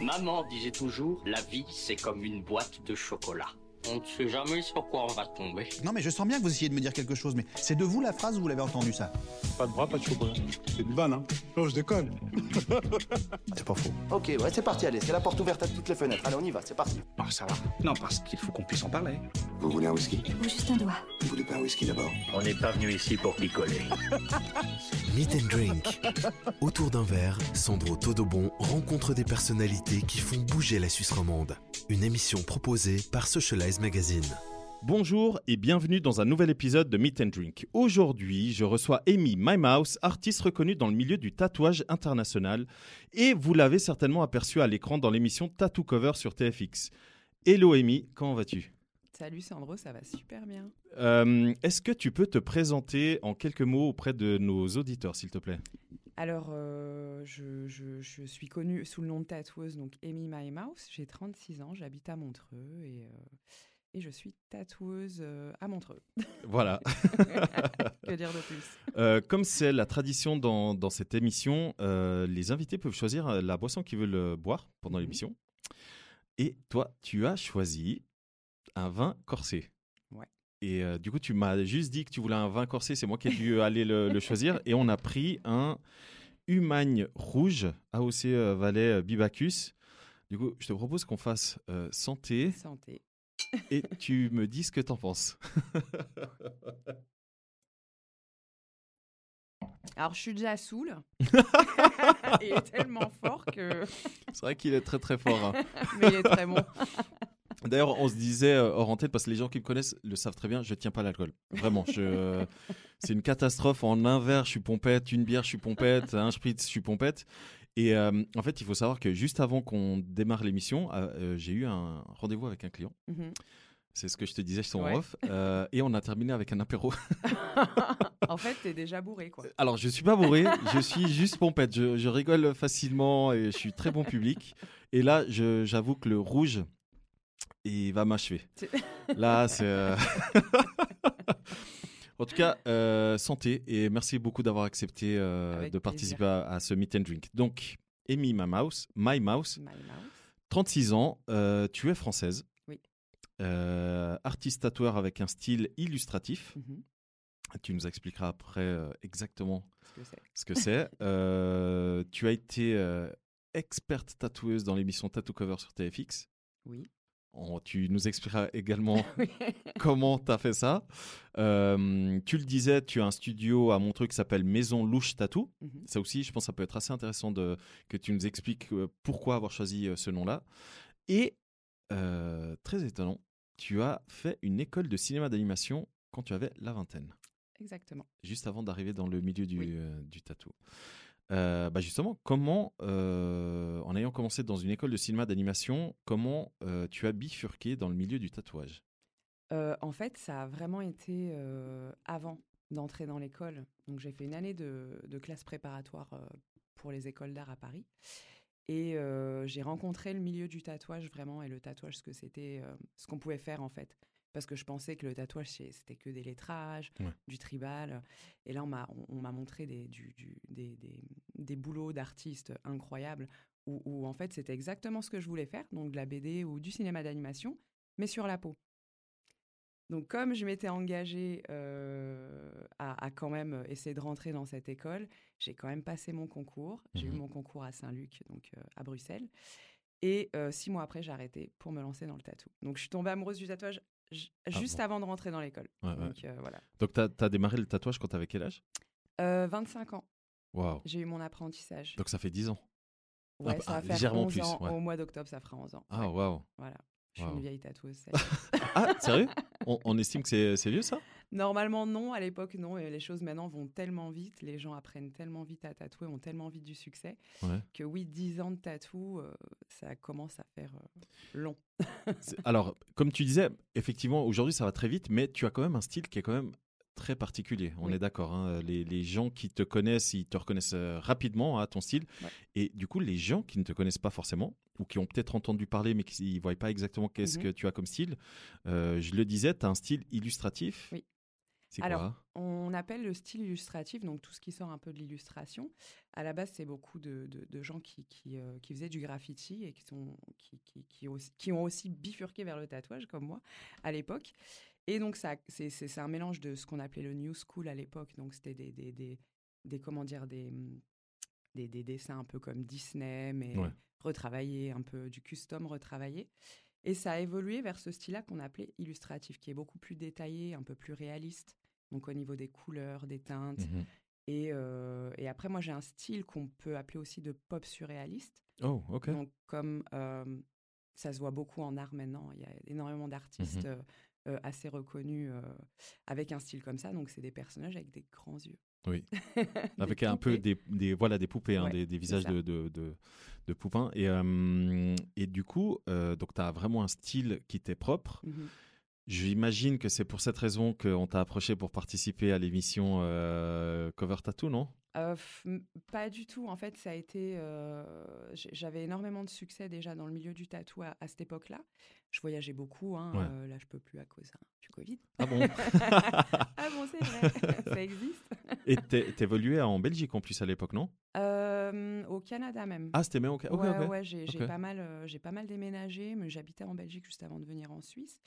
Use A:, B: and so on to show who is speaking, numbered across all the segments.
A: Maman disait toujours, la vie c'est comme une boîte de chocolat. On ne sait jamais sur quoi on va tomber.
B: Non, mais je sens bien que vous essayez de me dire quelque chose, mais c'est de vous la phrase ou vous l'avez entendu ça
C: Pas de bras, pas de chocolat. C'est une vanne, hein Non, je déconne.
B: C'est pas faux.
D: Ok, ouais, c'est parti, allez, c'est la porte ouverte à toutes les fenêtres. Allez, on y va, c'est parti.
E: Non, ça va. Non, parce qu'il faut qu'on puisse en parler.
F: Vous voulez un whisky
G: Ou juste un doigt.
F: Vous voulez pas un whisky d'abord
H: On n'est pas venu ici pour picoler.
I: Meet and Drink. Autour d'un verre, Sandro Todobon rencontre des personnalités qui font bouger la Suisse romande. Une émission proposée par Socialize Magazine.
J: Bonjour et bienvenue dans un nouvel épisode de Meet and Drink. Aujourd'hui, je reçois Amy Mymouse, artiste reconnue dans le milieu du tatouage international. Et vous l'avez certainement aperçue à l'écran dans l'émission Tattoo Cover sur TFX. Hello Amy, comment vas-tu
K: Salut Sandro, ça va super bien.
J: Euh, Est-ce que tu peux te présenter en quelques mots auprès de nos auditeurs, s'il te plaît
K: Alors, euh, je, je- je suis connue sous le nom de tatoueuse, donc Amy My Mouse. J'ai 36 ans, j'habite à Montreux et, euh, et je suis tatoueuse euh, à Montreux.
J: Voilà.
K: que dire de plus
J: Euh, comme c'est la tradition dans, dans cette émission, euh, les invités peuvent choisir euh, la boisson qu'ils veulent euh, boire pendant
K: Mhm.
J: l'émission. Et toi, tu as choisi un vin corsé.
K: Ouais.
J: Et euh, du coup, tu m'as juste dit que tu voulais un vin corsé, c'est moi qui ai dû aller le, le choisir. Et on a pris un Humagne rouge, AOC euh, Valais euh, Bibacus. Du coup, je te propose qu'on fasse euh, santé
K: Santé.
J: et tu me dis ce que t'en penses.
K: Alors, je suis déjà saoule. il est tellement fort que.
J: C'est vrai qu'il est très très fort. hein.
K: Mais il est très bon.
J: D'ailleurs, on se disait euh, hors antenne, parce que les gens qui me connaissent le savent très bien, je tiens pas à l'alcool. Vraiment, je, euh, c'est une catastrophe. En un verre, je suis pompette, une bière, je suis pompette, un spritz, je suis pompette. Et euh, en fait, il faut savoir que juste avant qu'on démarre l'émission, euh, euh, j'ai eu un rendez-vous avec un client.
K: Mhm.
J: C'est ce que je te disais, je suis en
K: Ouais.
J: off. Euh, et on a terminé avec un apéro.
K: en fait, t'es déjà bourré, quoi.
J: Alors, je suis pas bourré, je suis juste pompette. Je, je rigole facilement et je suis très bon public. Et là, je- j'avoue que le rouge, il va m'achever.
K: C'est-
J: Là, c'est. euh, en tout cas, euh, santé et merci beaucoup d'avoir accepté euh,
K: Avec
J: de
K: plaisir.
J: participer à, à ce meet and drink. Donc, Amy, ma mouse, my mouse,
K: My Mouse.
J: 36 ans, euh, tu es française.
K: Oui.
J: Euh, artiste tatoueur avec un style illustratif.
K: Mhm.
J: Tu nous expliqueras après euh, exactement
K: Ce que c'est.
J: ce que c'est. Euh, tu as été euh, experte tatoueuse dans l'émission Tattoo Cover sur TFX.
K: Oui.
J: On- tu nous expliqueras également
K: Oui.
J: comment tu as fait ça. Euh, tu le disais, tu as un studio à Montreux qui s'appelle Maison Louche Tattoo.
K: Mhm.
J: Ça aussi, je pense que ça peut être assez intéressant de, que tu nous expliques euh, pourquoi avoir choisi euh, ce nom-là. Et, euh, très étonnant, tu as fait une école de cinéma d'animation quand tu avais la vingtaine
K: Exactement.
J: juste avant d'arriver dans le milieu du,
K: Oui.
J: euh, du tatou. Euh, bah justement, comment, euh, en ayant commencé dans une école de cinéma d'animation, comment euh, tu as bifurqué dans le milieu du tatouage
K: Euh, en fait, ça a vraiment été euh, avant d'entrer dans l'école. Donc, j'ai fait une année de, de classe préparatoire euh, pour les écoles d'art à Paris. Et euh, j'ai rencontré le milieu du tatouage vraiment et le tatouage, ce que c'était, euh, ce qu'on pouvait faire en fait. Parce que je pensais que le tatouage, c'est- c'était que des lettrages,
J: Ouais.
K: du tribal. Et là, on m'a on- on m'a montré des, du- du- des, des- des boulots d'artistes incroyables où, où, en fait, c'était exactement ce que je voulais faire, donc de la BD ou du cinéma d'animation, mais sur la peau. Donc, comme je m'étais engagée euh, à, à quand même essayer de rentrer dans cette école, j'ai quand même passé mon concours. J'ai eu
J: Mhm.
K: mon concours à Saint-Luc, donc euh, à Bruxelles. Et euh, six mois après, j'ai arrêté pour me lancer dans le tatou. Donc, je suis tombée amoureuse du tatouage j- juste
J: Ah bon.
K: avant de rentrer dans l'école.
J: Ouais, ouais.
K: Donc, euh, voilà.
J: Donc, tu as, démarré le tatouage quand tu avais quel âge
K: Euh, 25 ans,
J: Waouh
K: j'ai eu mon apprentissage.
J: Donc, ça fait 10 ans. ah
K: Ouais,
J: bah,
K: ça
J: ah,
K: va faire
J: légèrement
K: 11
J: plus,
K: ans.
J: ouais.
K: Au mois d'octobre, ça fera 11 ans.
J: Ah,
K: Ouais,
J: waouh
K: Voilà. Je suis
J: Wow.
K: une vieille tatoueuse. ça y est.
J: Ah, sérieux on, on estime que c'est- c'est vieux, ça
K: Normalement, non. À l'époque, non. Et les choses maintenant vont tellement vite. Les gens apprennent tellement vite à tatouer, ont tellement vite du succès.
J: Ouais.
K: Que oui, 10 ans de tatou, euh, ça commence à faire euh, long.
J: C'est- Alors, comme tu disais, effectivement, aujourd'hui, ça va très vite, mais tu as quand même un style qui est quand même très particulier. On
K: Oui.
J: est d'accord. hein. Les, les gens qui te connaissent, ils te reconnaissent euh, rapidement à ton style.
K: Ouais.
J: Et du coup, les gens qui ne te connaissent pas forcément, ou qui ont peut-être entendu parler, mais qui ne voient pas exactement qu'est-ce
K: Mhm.
J: que tu as comme style, euh, je le disais, tu as un style illustratif.
K: Oui.
J: C'est
K: Alors,
J: quoi
K: On appelle le style illustratif, donc tout ce qui sort un peu de l'illustration. À la base, c'est beaucoup de, de- de gens qui, qui, euh, qui faisaient du graffiti et qui, sont, qui, qui- qui aussi- qui ont aussi bifurqué vers le tatouage, comme moi, à l'époque. Et donc, ça, c'est, c'est- c'est un mélange de ce qu'on appelait le new school à l'époque. Donc, c'était des, des, des- des- comment dire, des, hum, des, des dessins un peu comme Disney, mais
J: Ouais.
K: retravaillés, un peu du custom retravaillé. Et ça a évolué vers ce style-là qu'on appelait illustratif, qui est beaucoup plus détaillé, un peu plus réaliste. Donc au niveau des couleurs, des teintes.
J: Mhm.
K: Et, euh, et après, moi, j'ai un style qu'on peut appeler aussi de pop surréaliste.
J: Oh, ok.
K: Donc comme euh, ça se voit beaucoup en art maintenant, il y a
J: Mmh
K: énormément d'artistes euh, euh, assez reconnus euh, avec un style comme ça. Donc c'est des personnages avec des grands yeux.
J: Oui.
K: Des
J: Avec un peu
K: poupées.
J: des, des- voilà, des poupées, hein,
K: Ouais,
J: des, des visages
K: ça.
J: de, de, de- de poupins. Et, euh, et du coup, euh, donc tu as vraiment un style qui t'est propre.
K: Mhm.
J: J'imagine que c'est pour cette raison qu'on t'a approché pour participer à l'émission euh, Cover Tattoo, non
K: Euh, f- m- pas du tout. En fait, ça a été. euh, j- J'avais énormément de succès déjà dans le milieu du tatou à, à cette époque-là. Je voyageais beaucoup. hein,
J: Ouais.
K: euh, là, je peux plus à cause hein, du Covid.
J: Ah bon
K: Ah bon, c'est vrai, ça existe.
J: Et t'é- t'évoluais en Belgique en plus à l'époque, non
K: Euh, au Canada même.
J: Ah, c'était bien, ok. ok,
K: ouais,
J: ok.
K: ouais, j'ai j'ai
J: Ok.
K: pas mal, euh, j'ai pas mal déménagé, mais j'habitais en Belgique juste avant de venir en Suisse.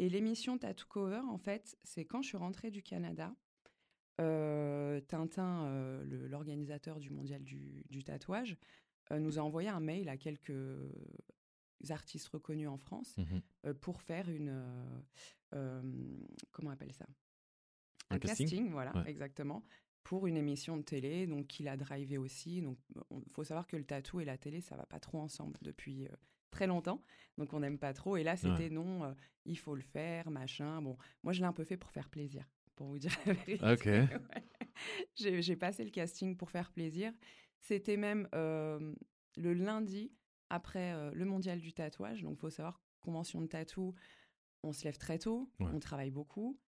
K: Et l'émission Tattoo Cover, en fait, c'est quand je suis rentrée du Canada. euh, Tintin, euh, le- l'organisateur du mondial du, du tatouage, euh, nous a envoyé un mail à quelques euh, artistes reconnus en France
J: Mhm.
K: euh, pour faire une euh, euh, comment on appelle ça
J: Un casting
K: voilà,
J: Ouais.
K: exactement, pour une émission de télé, donc qu'il a drivé aussi. Donc, il faut savoir que le tatou et la télé, ça va pas trop ensemble depuis euh, très longtemps, donc on n'aime pas trop. Et là, c'était non, euh, il faut le faire, machin. Bon, moi, je l'ai un peu fait pour faire plaisir, pour vous dire la vérité.
J: Ok.
K: Ouais. J'ai j'ai passé le casting pour faire plaisir. C'était même euh, le lundi après euh, le mondial du tatouage. Donc, faut savoir, convention de tatou, on se lève très tôt,
J: Ouais.
K: on travaille beaucoup,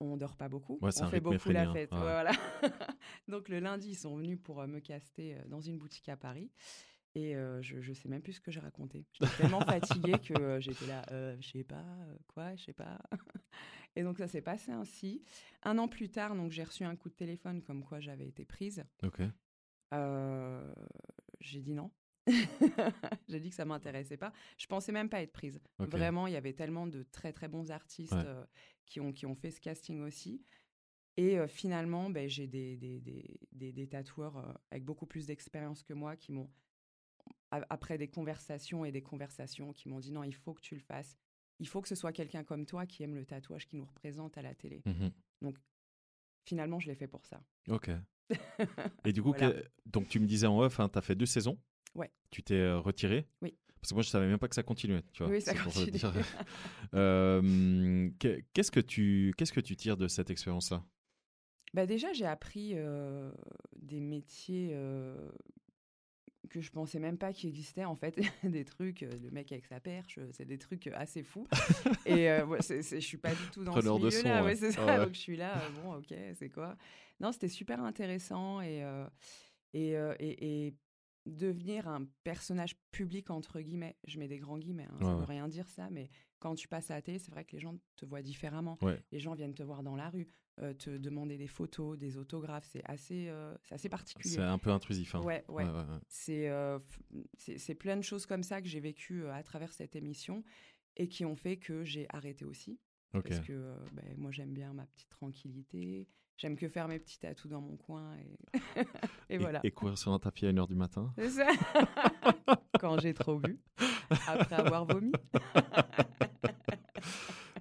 K: on dort pas beaucoup,
J: Ouais, c'est
K: on
J: un
K: fait
J: rythme
K: beaucoup la
J: effréné, hein.
K: fête.
J: Ouais.
K: Ouais, voilà. Donc, le lundi, ils sont venus pour euh, me caster euh, dans une boutique à Paris. Et euh, je, je sais même plus ce que j'ai raconté. J'étais tellement fatiguée que euh, j'étais là, euh, je sais pas, euh, quoi, je sais pas. Et donc ça s'est passé ainsi. Un an plus tard, donc j'ai reçu un coup de téléphone comme quoi j'avais été prise.
J: Ok.
K: Euh, j'ai dit non. j'ai dit que ça m'intéressait pas. Je pensais même pas être prise.
J: Ok.
K: Vraiment, il y avait tellement de très très bons artistes
J: Ouais.
K: euh, qui, ont, qui ont fait ce casting aussi. Et euh, finalement, ben, j'ai des, des, des, des- des tatoueurs euh, avec beaucoup plus d'expérience que moi qui m'ont, a- après des conversations et des conversations, qui m'ont dit non, il faut que tu le fasses. Il faut que ce soit quelqu'un comme toi qui aime le tatouage, qui nous représente à la télé.
J: Mhm.
K: Finalement, je l'ai fait pour ça.
J: Ok. Et du coup,
K: Voilà.
J: que- donc tu me disais en off, tu as fait deux saisons.
K: Ouais.
J: Tu t'es euh, retiré.
K: Oui.
J: Parce que moi, je savais même pas que ça continuait. Tu vois.
K: Oui, ça
J: C'est pour te
K: continue.
J: dire. Euh, que- qu'est-ce que tu qu'est-ce que tu tires de cette expérience-là
K: Bah déjà, j'ai appris euh, des métiers euh, que je pensais même pas qui existaient, en fait. des trucs, euh, le mec avec sa perche, euh, c'est des trucs euh, assez fous. Et euh, ouais, c'est- c'est- je suis pas du tout dans
J: Preneur
K: ce
J: de son,
K: milieu-là.
J: ouais.
K: ouais, c'est ça.
J: Ah ouais.
K: Donc, je suis là, euh, bon, ok, c'est quoi Non, c'était super intéressant et, euh, et, euh, et- et devenir un personnage public, entre guillemets. Je mets des grands guillemets, hein, ça
J: Ouais,
K: veut
J: ouais.
K: rien dire ça, mais quand tu passes à la télé, c'est vrai que les gens te voient différemment.
J: Ouais.
K: Les gens viennent te voir dans la rue, euh, te demander des photos, des autographes. C'est assez, euh, c'est assez particulier.
J: C'est un peu intrusif. hein.
K: Ouais, ouais.
J: Ouais, ouais, ouais.
K: C'est euh, f- c'est c'est plein de choses comme ça que j'ai vécues euh, à travers cette émission et qui ont fait que j'ai arrêté aussi.
J: Ok.
K: Parce que euh, ben, moi, j'aime bien ma petite tranquillité. J'aime que faire mes petits tatous dans mon coin. Et, et voilà.
J: et courir sur un tapis à 1h du matin.
K: C'est ça. Quand j'ai trop bu, après avoir vomi.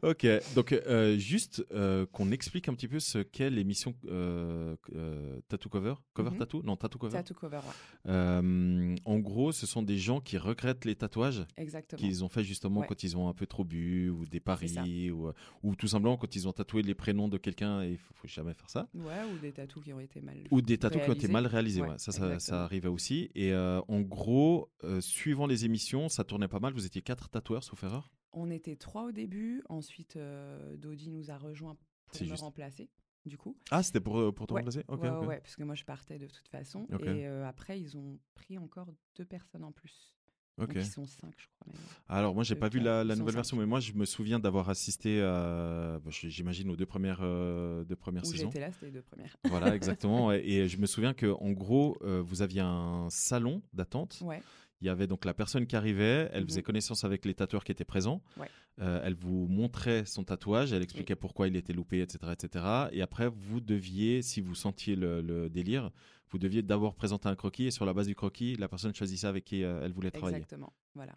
J: Ok, donc euh, juste euh, qu'on explique un petit peu ce qu'est l'émission euh, euh, Tattoo Cover. Cover
K: Mhm.
J: Tattoo Non, Tattoo Cover.
K: Tattoo cover, ouais.
J: Euh, en gros, ce sont des gens qui regrettent les tatouages
K: Exactement.
J: qu'ils ont fait justement
K: Ouais.
J: quand ils ont un peu trop bu ou des
K: ça.
J: paris ou, euh, ou tout simplement quand ils ont tatoué les prénoms de quelqu'un et il faut, faut jamais faire ça.
K: Ouais, ou des tatous qui ont été mal
J: Ou des tatous qui ont été
K: Réalisés.
J: mal réalisés,
K: Ouais,
J: ouais, ça, ça, ça
K: exactement.
J: arrivait aussi. Et euh, en gros, euh, suivant les émissions, ça tournait pas mal. Vous étiez quatre tatoueurs, sauf erreur
K: On était trois au début, ensuite euh, Dodi nous a rejoints pour
J: C'est
K: me
J: juste.
K: remplacer, du coup.
J: Ah, c'était pour, euh, pour te
K: Ouais.
J: remplacer Ok,
K: ouais, ouais,
J: ok.
K: ouais, parce que moi je partais de toute façon.
J: Ok.
K: Et euh, après, ils ont pris encore deux personnes en plus. euh,
J: Ok.
K: Donc, ils sont cinq, je crois. même.
J: Alors, moi, j'ai
K: Deux,
J: pas vu
K: quatre,
J: la, la
K: ils sont
J: nouvelle
K: cinq.
J: version, mais moi, je me souviens d'avoir assisté, à, bah, je- j'imagine, aux deux premières, euh, deux premières
K: Où
J: saisons.
K: j'étais là, c'était les deux premières.
J: Voilà, exactement. Et- Et je me souviens que, en gros, euh, vous aviez un salon d'attente.
K: Ouais.
J: Il y avait donc la personne qui arrivait, elle
K: Mhm.
J: faisait connaissance avec les tatoueurs qui étaient présents.
K: Ouais.
J: Euh, elle vous montrait son tatouage, elle expliquait pourquoi il était loupé, etc., etc. Et après, vous deviez, si vous sentiez le, le délire, vous deviez d'abord présenter un croquis et sur la base du croquis, la personne choisissait avec qui euh, elle voulait travailler.
K: Exactement. Voilà.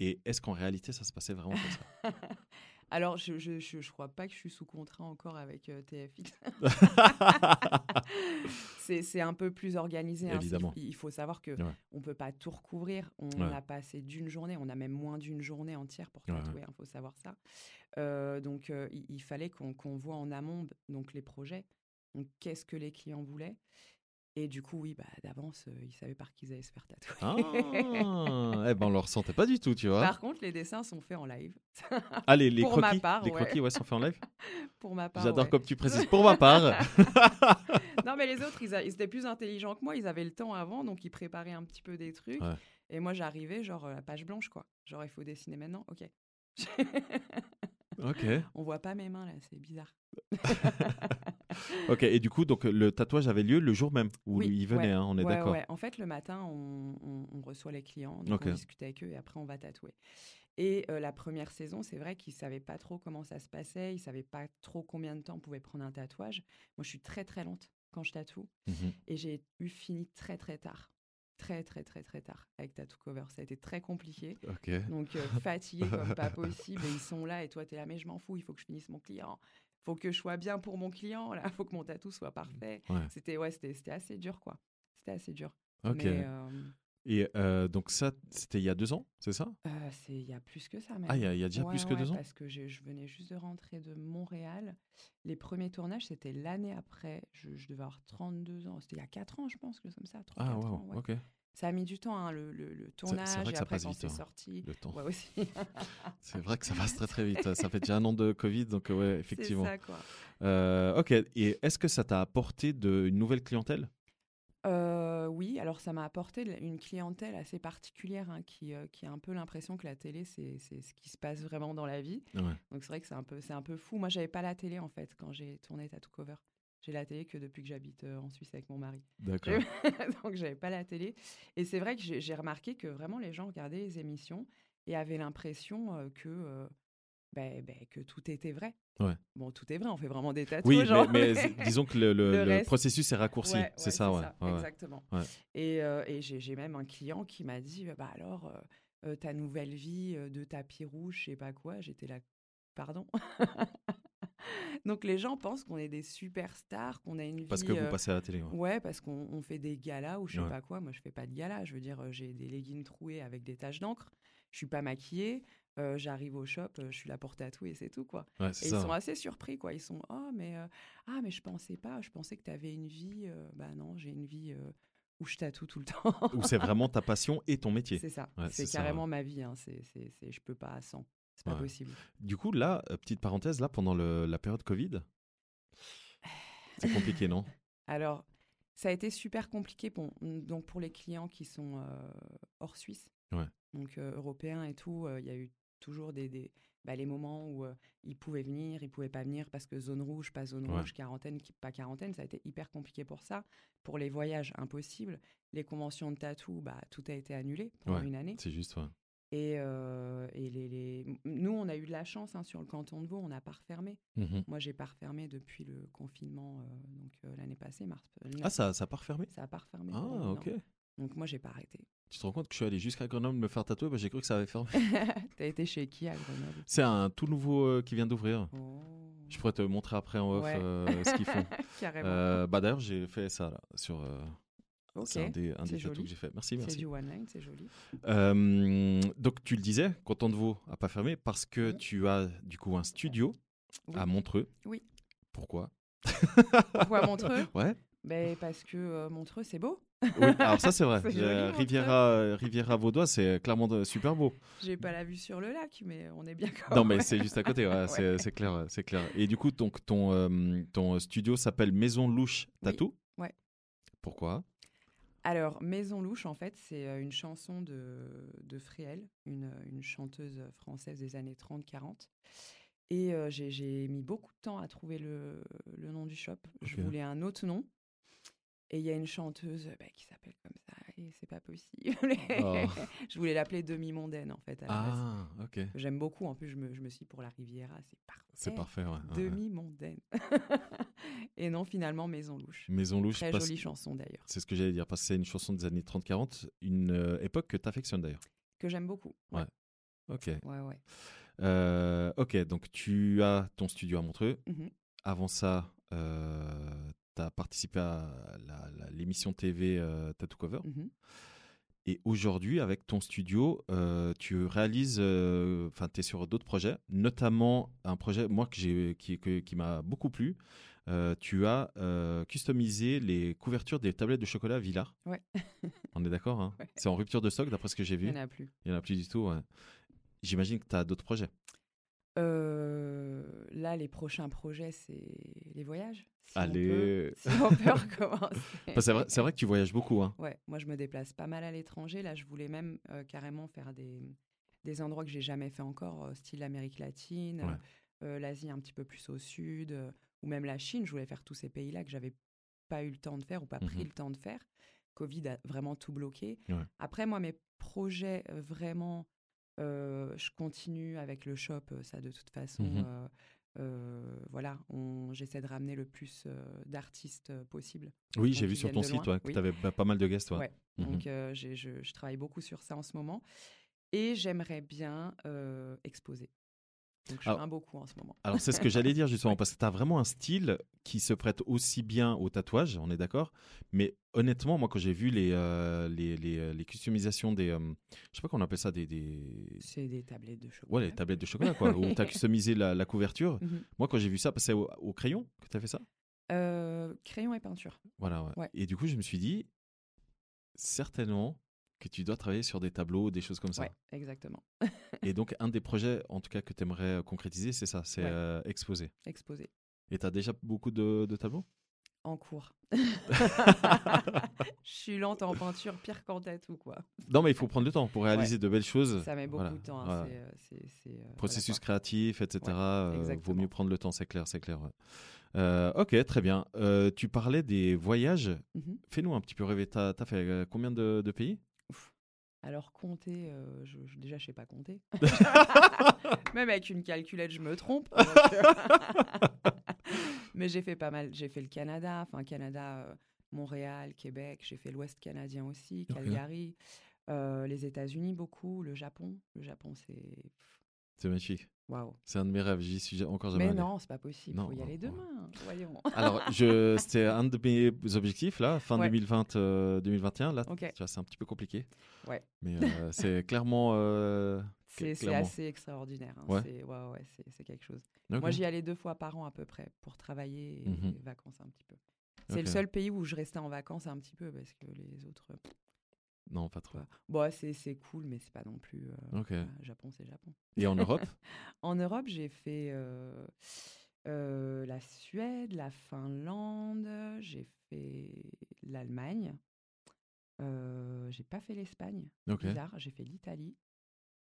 J: Et est-ce qu'en réalité, ça se passait vraiment comme ça
K: Alors, je, je, je, je crois pas que je suis sous contrat encore avec euh, TFX. c'est, c'est un peu plus organisé. hein. C'est-
J: Évidemment.
K: Il faut savoir que
J: Ouais.
K: on peut pas tout recouvrir. On
J: Ouais.
K: a passé d'une journée, on a même moins d'une journée entière pour
J: Ouais, ouais.
K: tatouer. Il faut savoir ça. Euh, donc, euh, il, il fallait qu'on, qu'on voit en amont donc les projets. Donc, qu'est-ce que les clients voulaient Et du coup, oui, bah, d'avance, euh, ils savaient par qui ils allaient se faire tatouer.
J: Ah Eh ben, on le ressentait pas du tout, tu vois.
K: Par contre, les dessins sont faits en live.
J: Allez, les
K: pour ma
J: croquis,
K: part,
J: les
K: ouais.
J: croquis, ouais, sont faits en live.
K: Pour ma part,
J: J'adore
K: ouais.
J: comme tu précises. Pour ma part,
K: Non, mais les autres, ils, a- ils étaient plus intelligents que moi. Ils avaient le temps avant, donc ils préparaient un petit peu des trucs.
J: Ouais.
K: Et moi, j'arrivais, genre, euh, la page blanche, quoi. Genre, il faut dessiner maintenant, ok.
J: ok,
K: On voit pas mes mains, là, c'est bizarre.
J: ok. Et du coup, donc le tatouage avait lieu le jour même où
K: Oui,
J: il venait.
K: ouais.
J: hein, on est
K: Ouais,
J: d'accord.
K: ouais. En fait, le matin, on, on- on reçoit les clients, donc
J: Ok.
K: on discute avec eux et après, on va tatouer. Et euh, la première saison, c'est vrai qu'ils ne savaient pas trop comment ça se passait, ils ne savaient pas trop combien de temps on pouvait prendre un tatouage. Moi, je suis très, très lente quand je tatoue
J: Mhm.
K: et j'ai eu fini très, très tard. Très, très, très, très tard avec Tattoo Cover. Ça a été très compliqué.
J: Ok.
K: Donc, euh, fatigué comme pas possible. Et ils sont là et toi, t'es là, mais je m'en fous, il faut que je finisse mon client. faut que je sois bien pour mon client, là, faut que mon tatou soit parfait.
J: Mmh. Ouais.
K: C'était ouais, c'était c'était assez dur, quoi. C'était assez dur.
J: Ok.
K: Mais euh,
J: Et euh, donc ça, c'était il y a deux ans, c'est ça
K: euh, c'est- il y a plus que ça, même.
J: Ah, il y, a- il y a déjà
K: Ouais,
J: plus que
K: ouais,
J: deux ans
K: Parce que j'ai- je venais juste de rentrer de Montréal. Les premiers tournages, c'était l'année après. Je, je devais avoir 32 ans. C'était il y a 4 ans, je pense, que comme ça. 3,
J: Ah,
K: quatre
J: waouh,
K: ans, ouais.
J: ok.
K: Ça a mis du temps, hein, le, le- le tournage.
J: vrai
K: et
J: que ça
K: après,
J: passe
K: quand
J: vite,
K: c'est
J: hein.
K: sorti.
J: Le temps.
K: Ouais, aussi.
J: C'est vrai que ça passe très très vite. Ça fait déjà un an de Covid, donc ouais, effectivement.
K: C'est ça, quoi.
J: Euh, ok. Et est-ce que ça t'a apporté de, une nouvelle clientèle
K: Euh, oui, alors ça m'a apporté de la- une clientèle assez particulière hein, qui, euh, qui a un peu l'impression que la télé, c'est c'est ce qui se passe vraiment dans la vie.
J: Ouais.
K: Donc c'est vrai que c'est un, peu- c'est un peu fou. Moi, j'avais pas la télé en fait quand j'ai tourné Tattoo Cover. J'ai la télé que depuis que j'habite euh, en Suisse avec mon mari.
J: D'accord.
K: Donc j'avais pas la télé. Et c'est vrai que j'ai j'ai remarqué que vraiment les gens regardaient les émissions et avaient l'impression euh, que, euh, ben- ben, que tout était vrai.
J: Ouais.
K: Bon, tout est vrai, on fait vraiment des tatouages.
J: Oui, mais, mais disons que le, le- le
K: Le reste-
J: processus est raccourci.
K: Ouais,
J: c'est
K: ouais,
J: ça, ouais. ouais, ouais.
K: Exactement.
J: Ouais.
K: Et, euh, et j'ai j'ai même un client qui m'a dit bah alors, euh, euh, ta nouvelle vie euh, de tapis rouge, je sais pas quoi. J'étais là, pardon. Donc les gens pensent qu'on est des superstars, qu'on a une
J: Parce
K: vie.
J: que vous
K: euh,
J: passez à la télé. ouais.
K: Ouais, parce qu'on on fait des galas ou je sais
J: Ouais.
K: pas quoi. Moi, je fais pas de gala. Je veux dire, euh, j'ai des leggings troués avec des taches d'encre. Je suis pas maquillée. euh, J'arrive au shop, euh, je suis là pour tatouer, c'est tout quoi.
J: Ouais, c'est
K: Et
J: ça. hein.
K: ils sont assez surpris, quoi. Ils sont Oh, mais, euh, ah, mais je pensais pas, je pensais que tu avais une vie. euh, bah non, j'ai une vie euh, où je tatoue tout le temps.
J: Ou c'est vraiment ta passion et ton métier.
K: c'est ça,
J: Ouais,
K: c'est
J: c'est ça, ouais.
K: carrément ma vie. Hein. C'est, c'est, c'est- je peux pas à 100, c'est pas
J: Ouais.
K: possible.
J: Du coup, là, euh, petite parenthèse, là, pendant le- la période Covid, c'est compliqué, non
K: Alors, ça a été super compliqué pour, donc pour les clients qui sont euh, hors Suisse,
J: Ouais.
K: donc euh, européens et tout. euh, Il y a eu toujours des, des- bah, les moments où euh, ils pouvaient venir, ils pouvaient pas venir parce que zone rouge, pas zone
J: Ouais.
K: rouge, quarantaine, qui- pas quarantaine. Ça a été hyper compliqué pour ça. Pour les voyages, impossible. Les conventions de tatou, bah, tout a été annulé pendant
J: Ouais.
K: une année.
J: C'est juste, ouais.
K: Et, euh, et les, les- nous, on a eu de la chance hein, sur le canton de Vaud, on n'a pas refermé.
J: Mhm.
K: Moi, j'ai pas refermé depuis le confinement, euh, donc euh, l'année passée, mars. euh,
J: Ah, ça, ça part fermé
K: ça a pas refermé.
J: Ah,
K: pour nous, non.
J: ok.
K: Donc moi, j'ai pas arrêté.
J: Tu te rends compte que je suis allé jusqu'à Grenoble me faire tatouer bah, J'ai cru que ça avait fermé.
K: T'as été chez qui à Grenoble
J: c'est un tout nouveau euh, qui vient d'ouvrir.
K: Oh,
J: Je pourrais te montrer après en off
K: Ouais.
J: euh, ce qu'ils font.
K: Carrément.
J: Euh, bah, D'ailleurs, j'ai fait ça là, sur. euh,
K: ok.
J: C'est un des, un
K: c'est
J: des tatous
K: joli.
J: que j'ai fait. Merci,
K: C'est
J: merci.
K: du one line, c'est joli.
J: Euh, donc, tu le disais, Canton de Vaud a pas fermé parce que
K: Mhm.
J: tu as du coup un studio
K: Oui.
J: à Montreux.
K: Oui.
J: Pourquoi
K: Pourquoi Montreux
J: Ouais.
K: ben, Parce que euh, Montreux, c'est beau.
J: Oui, alors ça c'est vrai.
K: C'est joli,
J: Euh,
K: Montreux.
J: Riviera, euh, Riviera Vaudois, c'est clairement de- super beau.
K: J'ai pas la vue sur le lac, mais on est bien quand
J: Non mais
K: même.
J: c'est juste à côté, ouais, c'est c'est clair, c'est clair. Et du coup, donc, ton, euh, ton studio s'appelle Maison Louche Tattoo.
K: ouais.
J: Pourquoi
K: Alors, Maison Louche, en fait, c'est euh, une chanson de, de Fréhel, une, euh, une chanteuse française des années 30-40. Et euh, j'ai- j'ai mis beaucoup de temps à trouver le, le nom du shop. Je
J: Ok.
K: voulais un autre nom. Et il y a une chanteuse bah, qui s'appelle comme ça, et c'est pas possible.
J: Oh.
K: je voulais l'appeler Demi-Mondaine, en fait, à la base.
J: Ah, ok.
K: J'aime beaucoup. En plus, je me, je me suis dit, pour la Riviera, c'est parfait.
J: C'est parfait, ouais. ouais, ouais.
K: Demi-mondaine. et non, finalement, Maison Louche.
J: Maison Louche,
K: Très
J: parce-
K: jolie chanson d'ailleurs,
J: c'est ce que j'allais dire, parce que c'est une chanson des années 30-40, une euh, époque que t'affectionnes d'ailleurs.
K: que j'aime beaucoup.
J: Ok.
K: Ouais, ouais.
J: Euh, ok, donc tu as ton studio à Montreux.
K: Mhm.
J: Avant ça, euh, tu as participé à la- la- l'émission TV euh, Tattoo Cover.
K: Mhm.
J: Et aujourd'hui, avec ton studio, euh, tu réalises, euh, enfin, tu es sur d'autres projets, notamment un projet, moi, que j'ai, qui, que- qui m'a beaucoup plu. Euh, tu as euh, customisé les couvertures des tablettes de chocolat Villard.
K: Ouais.
J: On est d'accord, hein
K: Ouais.
J: C'est en rupture de stock, d'après ce que j'ai
K: Il
J: vu.
K: n'y en a plus.
J: Il n'y en a plus du tout. ouais. J'imagine que tu as d'autres projets.
K: Euh, là, les prochains projets, c'est les voyages. Si on
J: Allez.
K: peut- si on peut recommencer.
J: Enfin, Bah, c'est, vrai, c'est vrai que tu voyages beaucoup. Hein.
K: Ouais, moi, je me déplace pas mal à l'étranger. Là, je voulais même euh, carrément faire des, des endroits que j'ai jamais fait encore, euh, style l'Amérique latine,
J: Ouais.
K: euh, l'Asie un petit peu plus au sud, euh, ou même la Chine. Je voulais faire tous ces pays-là que j'avais pas eu le temps de faire ou pas pris
J: Mhm.
K: le temps de faire. Covid a vraiment tout bloqué.
J: Ouais.
K: Après, moi, mes projets, euh, vraiment, euh, je continue avec le shop, euh, ça de toute façon.
J: Mhm.
K: euh, euh, voilà, on- j'essaie de ramener le plus euh, d'artistes euh, possible.
J: Oui,
K: Donc,
J: j'ai vu
K: ils
J: sur
K: viennent
J: ton
K: de
J: site
K: loin,
J: ouais, que
K: oui.
J: tu avais pas mal de guests. ouais.
K: Ouais.
J: Mhm.
K: Donc, euh, j'ai- je, je travaille beaucoup sur ça en ce moment. Et j'aimerais bien euh, exposer. Donc, je
J: Ah.
K: fais un beau coup en ce moment.
J: Alors, c'est ce que j'allais dire justement, parce que tu as vraiment un style qui se prête aussi bien au tatouage, on est d'accord. Mais honnêtement, moi, quand j'ai vu les, euh, les, les, euh, les customisations des. euh, je sais pas qu'on appelle ça des. des...
K: C'est des tablettes de chocolat.
J: Ouais, Mmh les tablettes de chocolat, quoi, où tu as customisé la, la couverture.
K: Mhm.
J: Moi, quand j'ai vu ça, parce que c'est au, au crayon que tu as fait ça.
K: Euh, crayon et peinture.
J: Voilà, ouais.
K: Ouais.
J: Et du coup, je me suis dit, certainement que tu dois travailler sur des tableaux, des choses comme ça.
K: Ouais, exactement.
J: Et donc, un des projets, en tout cas, que tu aimerais concrétiser, c'est ça, c'est
K: Ouais.
J: euh, exposer.
K: Exposer.
J: Et tu as déjà beaucoup de, de tableaux
K: En cours. je suis lente en peinture, pire qu'en tatou, quoi.
J: Non, mais il faut prendre le temps pour réaliser de belles choses.
K: Ça met beaucoup
J: Euh, Voilà,
K: de temps. hein,
J: voilà.
K: c'est, euh, c'est- c'est, euh, voilà,
J: Processus
K: quoi.
J: créatif, etc.
K: Ouais,
J: euh, vaut
K: exactement.
J: mieux prendre le temps, c'est clair, c'est clair. ouais. Euh, ok, très bien. Euh, tu parlais des voyages.
K: Mhm.
J: Fais-nous un petit peu rêver. T'as as fait euh, combien de, de pays
K: Alors, compter, euh, je, je- déjà, je sais pas compter. Même avec une calculette, je me trompe. Donc, euh, Mais j'ai fait pas mal. J'ai fait le Canada, enfin, Canada, euh, Montréal, Québec. J'ai fait l'Ouest canadien aussi,
J: Ok.
K: Calgary. euh, les États-Unis, beaucoup. Le Japon. Le Japon, c'est.
J: C'est magnifique.
K: Waouh.
J: C'est un de mes rêves. J'y suis ja- encore jamais
K: Mais
J: allé.
K: non, c'est pas possible.
J: Non,
K: faut y
J: non,
K: aller
J: non.
K: demain. hein, Voyons.
J: Alors, je- c'était un de mes objectifs, là, fin
K: Ouais.
J: 2020, euh, 2021. Là,
K: Ok.
J: tu vois, c'est un petit peu compliqué.
K: Ouais.
J: Mais euh, c'est clairement. euh,
K: C'est c'est
J: clairement.
K: assez extraordinaire. hein,
J: Ouais.
K: C'est ouais, ouais, c'est- c'est quelque chose.
J: ok.
K: Moi, j'y allais deux fois par an à peu près pour travailler et
J: Mhm.
K: vacances un petit peu. C'est le
J: Ok.
K: seul pays où je restais en vacances un petit peu parce que les autres. euh, pff,
J: Non, pas trop.
K: quoi. Bon, c'est c'est cool, mais c'est pas non plus. euh,
J: Ok.
K: voilà, Japon, c'est Japon.
J: Et en Europe
K: En Europe, j'ai fait euh, euh, la Suède, la Finlande, j'ai fait l'Allemagne. Euh, j'ai pas fait l'Espagne.
J: Ok.
K: Bizarre, j'ai fait l'Italie.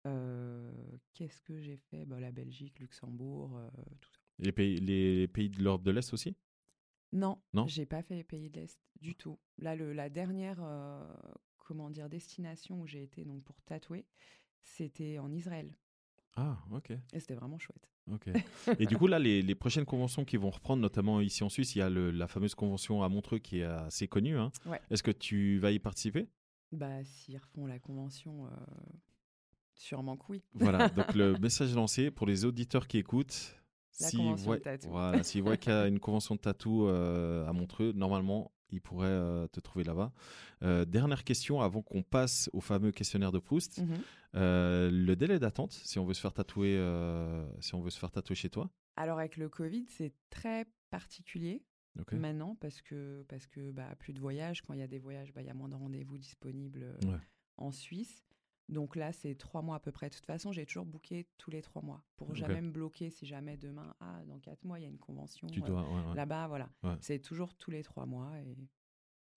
K: Euh, Qu'est-ce que j'ai fait Bah, La Belgique, Luxembourg, euh, tout ça.
J: Les pays, les pays de l'Europe de l'Est aussi
K: Non,
J: Non
K: j'ai pas fait les pays de l'Est du tout. Là, le, la dernière euh, comment dire, destination où j'ai été donc, pour tatouer, c'était en Israël.
J: Ah, ok.
K: Et c'était vraiment chouette.
J: ok. Et du coup, là, les, les prochaines conventions qui vont reprendre, notamment ici en Suisse, il y a le- la fameuse convention à Montreux qui est assez connue. hein.
K: Ouais.
J: Est-ce que tu vas y participer
K: Bah, s'ils refont la convention, euh, sûrement que oui.
J: Voilà, donc le message lancé pour les auditeurs qui écoutent.
K: La
J: s'ils
K: convention
J: voient-
K: de tatou.
J: Voilà, s'ils voient qu'il y a une convention de tatou euh, à Montreux, normalement, ils pourraient euh, te trouver là-bas. Euh, dernière question avant qu'on passe au fameux questionnaire de Proust.
K: Mm.
J: Euh, le délai d'attente, si on veut se faire tatouer, euh, si on veut se faire tatouer chez toi.
K: Alors, avec le Covid, c'est très particulier
J: Ok.
K: maintenant parce que, parce que bah, plus de voyages. Quand il y a des voyages, bah, il y a moins de rendez-vous disponibles euh,
J: Ouais.
K: en Suisse. Donc là, c'est trois mois à peu près. De toute façon, j'ai toujours booké tous les trois mois pour
J: Ok.
K: jamais me bloquer si jamais demain, ah, dans quatre mois, il y a une convention
J: Tu
K: euh,
J: dois. ouais, ouais.
K: là-bas. Voilà.
J: Ouais.
K: C'est toujours tous les trois mois. Et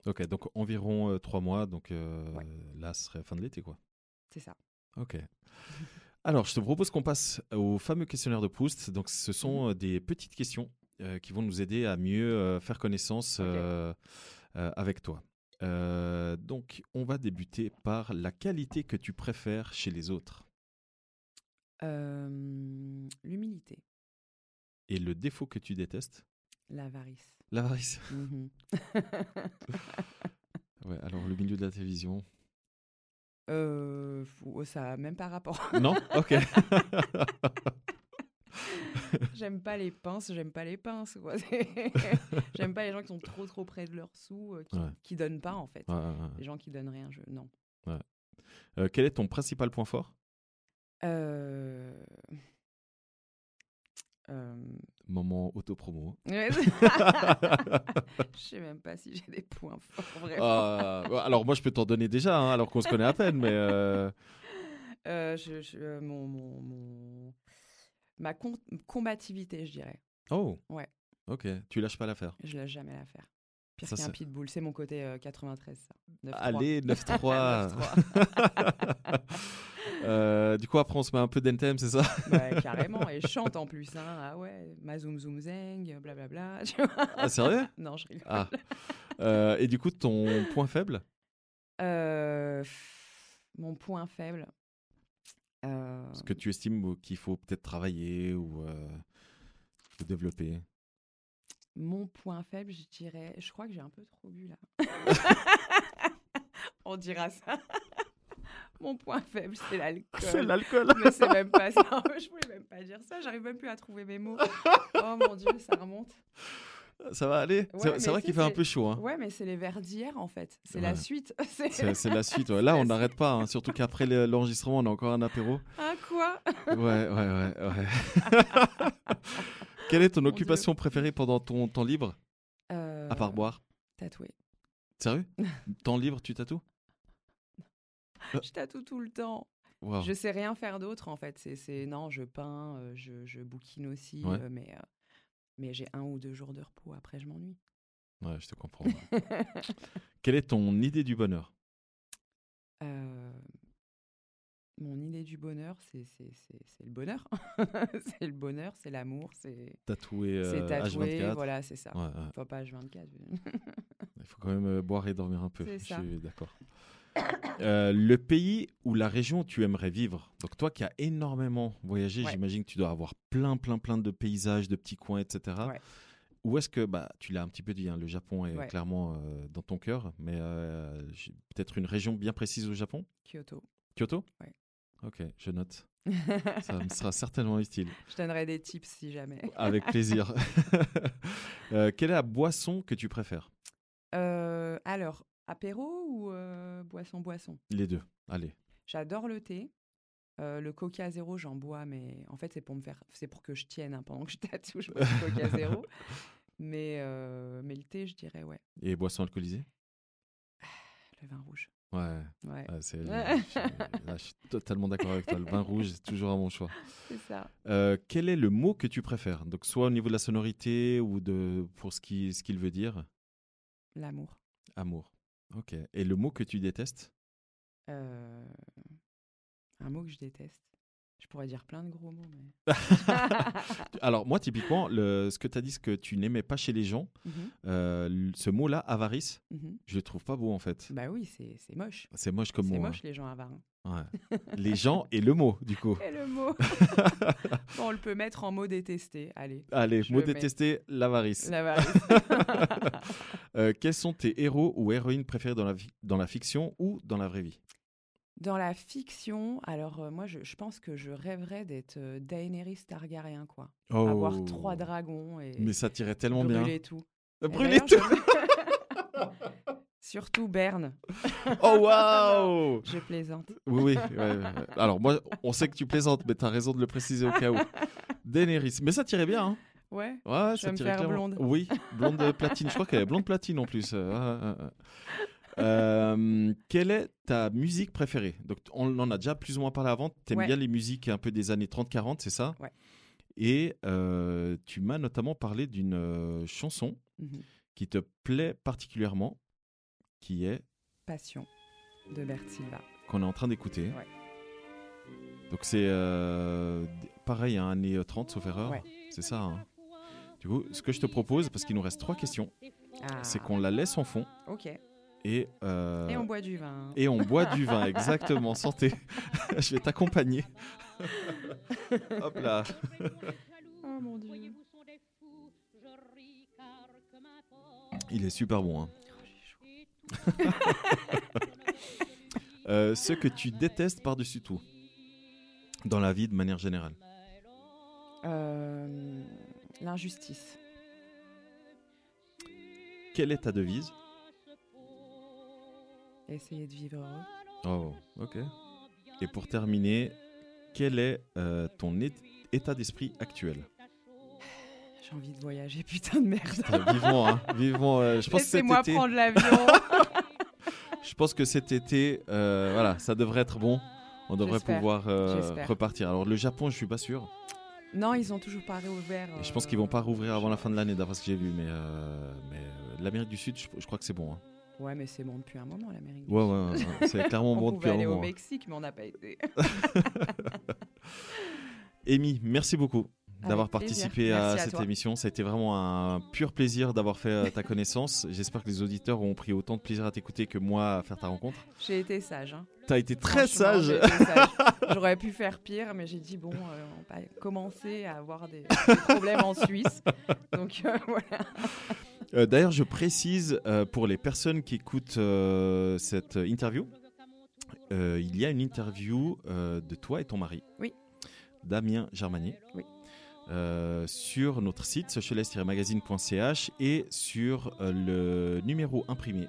J: Ok, donc environ euh, trois mois. Donc euh,
K: Ouais.
J: là, ce serait fin de l'été, quoi.
K: C'est ça.
J: Ok. Alors, je te propose qu'on passe au fameux questionnaire de Proust. Donc, ce sont euh, des petites questions euh, qui vont nous aider à mieux euh, faire connaissance
K: Ok.
J: euh, euh, avec toi. Euh, donc, on va débuter par la qualité que tu préfères chez les autres
K: Euh, L'humilité,
J: et le défaut que tu détestes.
K: l'avarice.
J: L'avarice.
K: Mhm.
J: Ouais, alors le milieu de la télévision.
K: Euh, fou- ça a même pas rapport.
J: Non Ok.
K: j'aime pas les pinces, j'aime pas les pinces. quoi. C'est- j'aime pas les gens qui sont trop trop près de leurs sous, euh, qui,
J: Ouais.
K: qui donnent pas en fait.
J: Ouais, ouais, ouais.
K: Les gens qui donnent rien, je... non.
J: Euh, quel est ton principal point fort
K: Euh... Euh...
J: Moment autopromo.
K: ouais, c'est- Je sais même pas si j'ai des points forts vraiment.
J: Ah, ouais, alors, moi, je peux t'en donner déjà, hein, alors qu'on se connaît à peine, mais. euh,
K: Euh, je, je- euh, mon, mon, mon- Ma com- combativité, je dirais.
J: Oh
K: Ouais.
J: Ok, tu lâches pas l'affaire.
K: Je lâche jamais l'affaire. Pire
J: Ça,
K: qu'un
J: c'est-
K: pitbull, c'est mon côté euh, 93, ça. Ah, 9-3.
J: Allez, 9-3
K: 9-3.
J: Euh, Du coup, après, on se met un peu d'NTM, c'est ça
K: Bah, carrément, et je chante en plus. hein. Ah ouais, ma zoom zoom zeng, blablabla. tu vois.
J: Ah, sérieux
K: Non, je rigole.
J: Ah. Euh, et du coup, ton point faible
K: Euh, pff, mon point faible. euh,
J: Ce que tu estimes ou qu'il faut peut-être travailler ou euh, ou développer
K: Mon point faible, je dirais. Je crois que j'ai un peu trop bu là. On dira ça. Mon point faible, c'est l'alcool.
J: l'alcool
K: Mais c'est même pas ça. Je voulais même pas dire ça. J'arrive même plus à trouver mes mots. Oh mon dieu, ça remonte.
J: Ça va aller
K: Ouais,
J: C'est-
K: mais
J: C'est vrai
K: tu
J: qu'il
K: sais,
J: fait un
K: c'est-
J: peu chaud. hein.
K: Ouais, mais c'est les verres d'hier en fait. C'est
J: Ouais.
K: la suite. C'est-
J: C'est c'est la suite. ouais. Là,
K: C'est la
J: on n'arrête pas. hein, Surtout qu'après le- l'enregistrement, on a encore un apéro.
K: Hein, quoi
J: Ouais, ouais, ouais. ouais. Quelle est ton
K: Mon Dieu.
J: occupation préférée pendant ton temps libre,
K: Euh,
J: à part boire
K: Tatoué.
J: Sérieux Temps libre, tu tatoues Euh,
K: Je tatoue tout le temps.
J: Waouh.
K: Je sais rien faire d'autre en fait. C'est, c'est non, je peins, euh, je, je bouquine aussi,
J: Ouais.
K: euh, mais euh, mais j'ai un ou deux jours de repos. Après, je m'ennuie.
J: Ouais, je te comprends. Quelle est ton idée du bonheur
K: Euh, mon idée du bonheur, c'est c'est, c'est, c'est le bonheur. c'est le bonheur, c'est l'amour, c'est
J: Tatoué euh,
K: c'est tatoué.
J: H24
K: Voilà, c'est ça.
J: Ouais, ouais.
K: Enfin, pas H24. je-
J: Il faut quand même euh, boire et dormir un peu.
K: C'est
J: Je
K: ça.
J: suis d'accord. Euh, le pays ou la région où tu aimerais vivre Donc toi qui as énormément voyagé,
K: Ouais.
J: j'imagine que tu dois avoir plein, plein, plein de paysages, de petits coins, etc.
K: Ouais.
J: Ou est-ce que, bah, tu l'as un petit peu dit, hein, le Japon est
K: Ouais.
J: clairement euh, dans ton cœur, mais euh, j'ai peut-être une région bien précise au Japon
K: Kyoto.
J: Kyoto
K: Ouais.
J: Ok, je note.
K: je
J: Ça me sera certainement utile.
K: donnerai des tips si jamais.
J: Avec plaisir. Euh, quelle est la boisson que tu préfères
K: Euh, alors, apéro ou euh, boisson boisson
J: Les deux. Allez.
K: J'adore le thé. Euh, le coca zéro, j'en bois, mais en fait, c'est pour me faire, c'est pour que je tienne hein, pendant que je tatoue. Je bois du coca zéro. Mais, euh, mais le thé, je dirais, ouais.
J: Et boisson alcoolisée
K: Le vin rouge.
J: Ouais.
K: Ouais,
J: ouais, c'est-
K: Ouais.
J: je, là, je suis totalement d'accord avec toi. Le vin rouge, c'est toujours à mon choix.
K: c'est ça.
J: Euh, quel est le mot que tu préfères Donc, soit au niveau de la sonorité ou de, pour ce qu'il ce qu'il veut dire.
K: L'amour.
J: Amour. Ok. Et le mot que tu détestes
K: Euh, un mot que je déteste. Je pourrais dire plein de gros mots, mais.
J: Alors, moi, typiquement, le, ce que tu as dit, ce que tu n'aimais pas chez les gens,
K: Mhm,
J: euh, l- ce mot-là, avarice,
K: mhm.
J: je le trouve pas beau en fait.
K: Bah oui, c'est c'est moche.
J: C'est moche
K: C'est
J: comme mot. hein.
K: moche, les gens avares. hein.
J: Ouais. les gens et le mot, du coup.
K: Et le mot Bon, on le peut mettre en mot détesté. Allez.
J: Allez,
K: Je
J: mot
K: le mets.
J: détesté, l'avarice.
K: L'avarice.
J: Euh, quels sont tes héros ou héroïnes préférés dans la, vi- dans la fiction ou dans la vraie vie
K: Dans la fiction, alors euh, moi je, je pense que je rêverais d'être euh, Daenerys Targaryen, quoi. Avoir trois dragons et
J: Oh. Mais ça tirait tellement
K: brûler Eh ben,
J: bien. Euh, Brûler
K: tout. Et d'ailleurs,
J: tout
K: je- Surtout Berne,
J: Oh waouh
K: je plaisante.
J: Oui, oui. ouais, ouais, ouais. Alors, moi, on sait que tu plaisantes, mais t'as raison de le préciser au cas où. Daenerys. Mais ça tirait bien, hein
K: Ouais,
J: Ouais,
K: Je
J: ça
K: vais me
J: tirait
K: faire
J: clairement.
K: blonde.
J: Oui, blonde euh, platine. Je crois qu'elle est blonde platine en plus. Euh, ouais, ouais, ouais. Euh, quelle est ta musique préférée Donc, on en a déjà plus ou moins parlé avant. T'aimes
K: Ouais.
J: bien les musiques un peu des années 30-40, c'est ça
K: Ouais.
J: Et euh, tu m'as notamment parlé d'une euh, chanson
K: Mhm.
J: qui te plaît particulièrement, qui est
K: Passion de Bert Silva.
J: qu'on est en train d'écouter.
K: Ouais.
J: Donc c'est euh, d- pareil, hein, année 30, sauf erreur.
K: Ouais.
J: C'est ça. hein. Du coup, ce que je te propose, parce qu'il nous reste trois questions,
K: Ah,
J: c'est qu'on la laisse en fond
K: Ok.
J: et, euh,
K: Et on boit du vin.
J: et on boit du vin, exactement. Santé. je vais t'accompagner. Hop là.
K: Oh mon dieu.
J: Il est super bon. hein. Euh, ce que tu détestes par-dessus tout dans la vie de manière générale.
K: Euh, L'injustice.
J: Quelle est ta devise
K: Essayer de vivre heureux.
J: Oh, ok. Et pour terminer, quel est euh, ton é- état d'esprit actuel
K: J'ai envie de voyager, putain de merde.
J: Putain, Vivement, hein, vivement. euh, je pense que cet
K: Laissez-moi
J: été,
K: prendre l'avion.
J: je pense que cet été, euh, voilà, ça devrait être bon. On devrait
K: J'espère,
J: pouvoir euh,
K: j'espère.
J: repartir. Alors le Japon, je suis pas sûr.
K: non, ils ont toujours pas réouvert. euh,
J: Et je pense qu'ils vont pas rouvrir avant la fin de l'année, d'après ce que j'ai vu. Mais, euh, mais euh, l'Amérique du Sud, je, je crois que c'est bon. hein.
K: Ouais, mais c'est bon depuis un moment l'Amérique. du
J: Ouais,
K: Sud.
J: ouais, ouais, ouais, c'est clairement
K: On
J: bon
K: pouvait
J: depuis un
K: aller au
J: moment. hein.
K: Mexique, mais on n'a pas été.
J: Amy, merci beaucoup d'avoir
K: Avec plaisir.
J: participé à
K: Merci à
J: cette
K: toi.
J: émission. Ça a été vraiment un pur plaisir d'avoir fait euh, ta connaissance. J'espère que les auditeurs ont pris autant de plaisir à t'écouter que moi à faire ta rencontre.
K: J'ai été sage. hein.
J: T'as été très
K: Franchement,
J: sage.
K: j'ai été sage. J'aurais pu faire pire, mais j'ai dit bon, euh, on va commencer à avoir des, des problèmes en Suisse. Donc euh, voilà.
J: Euh, D'ailleurs, je précise euh, pour les personnes qui écoutent euh, cette interview, euh, il y a une interview euh, de toi et ton mari.
K: Oui.
J: Damien Germanier.
K: Oui.
J: Euh, sur notre site socialize-magazine.ch et sur euh, le numéro imprimé,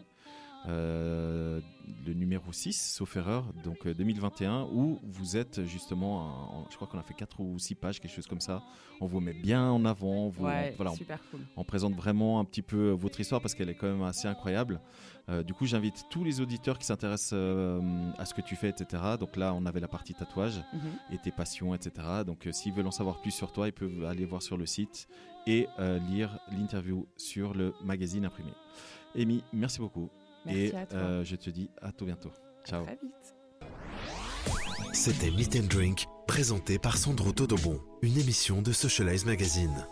J: euh, le numéro 6, sauf erreur, donc euh, 2021, où vous êtes justement, en- en- je crois qu'on a fait 4 ou 6 pages, quelque chose comme ça. On vous met bien en avant, on vous,
K: Ouais,
J: voilà, on-
K: super cool.
J: on présente vraiment un petit peu euh, votre histoire parce qu'elle est quand même assez incroyable. Euh, du coup, j'invite tous les auditeurs qui s'intéressent euh, à ce que tu fais, etc. Donc là, on avait la partie tatouage
K: Mhm.
J: et tes passions, etc. Donc euh, s'ils veulent en savoir plus sur toi, ils peuvent aller voir sur le site et euh, lire l'interview sur le magazine imprimé. Amy, merci beaucoup.
K: Merci
J: et
K: à toi.
J: euh, je te dis à tout bientôt. Ciao.
K: Très vite.
I: C'était Meet and Drink, présenté par Sandro Todobon, une émission de Socialize Magazine.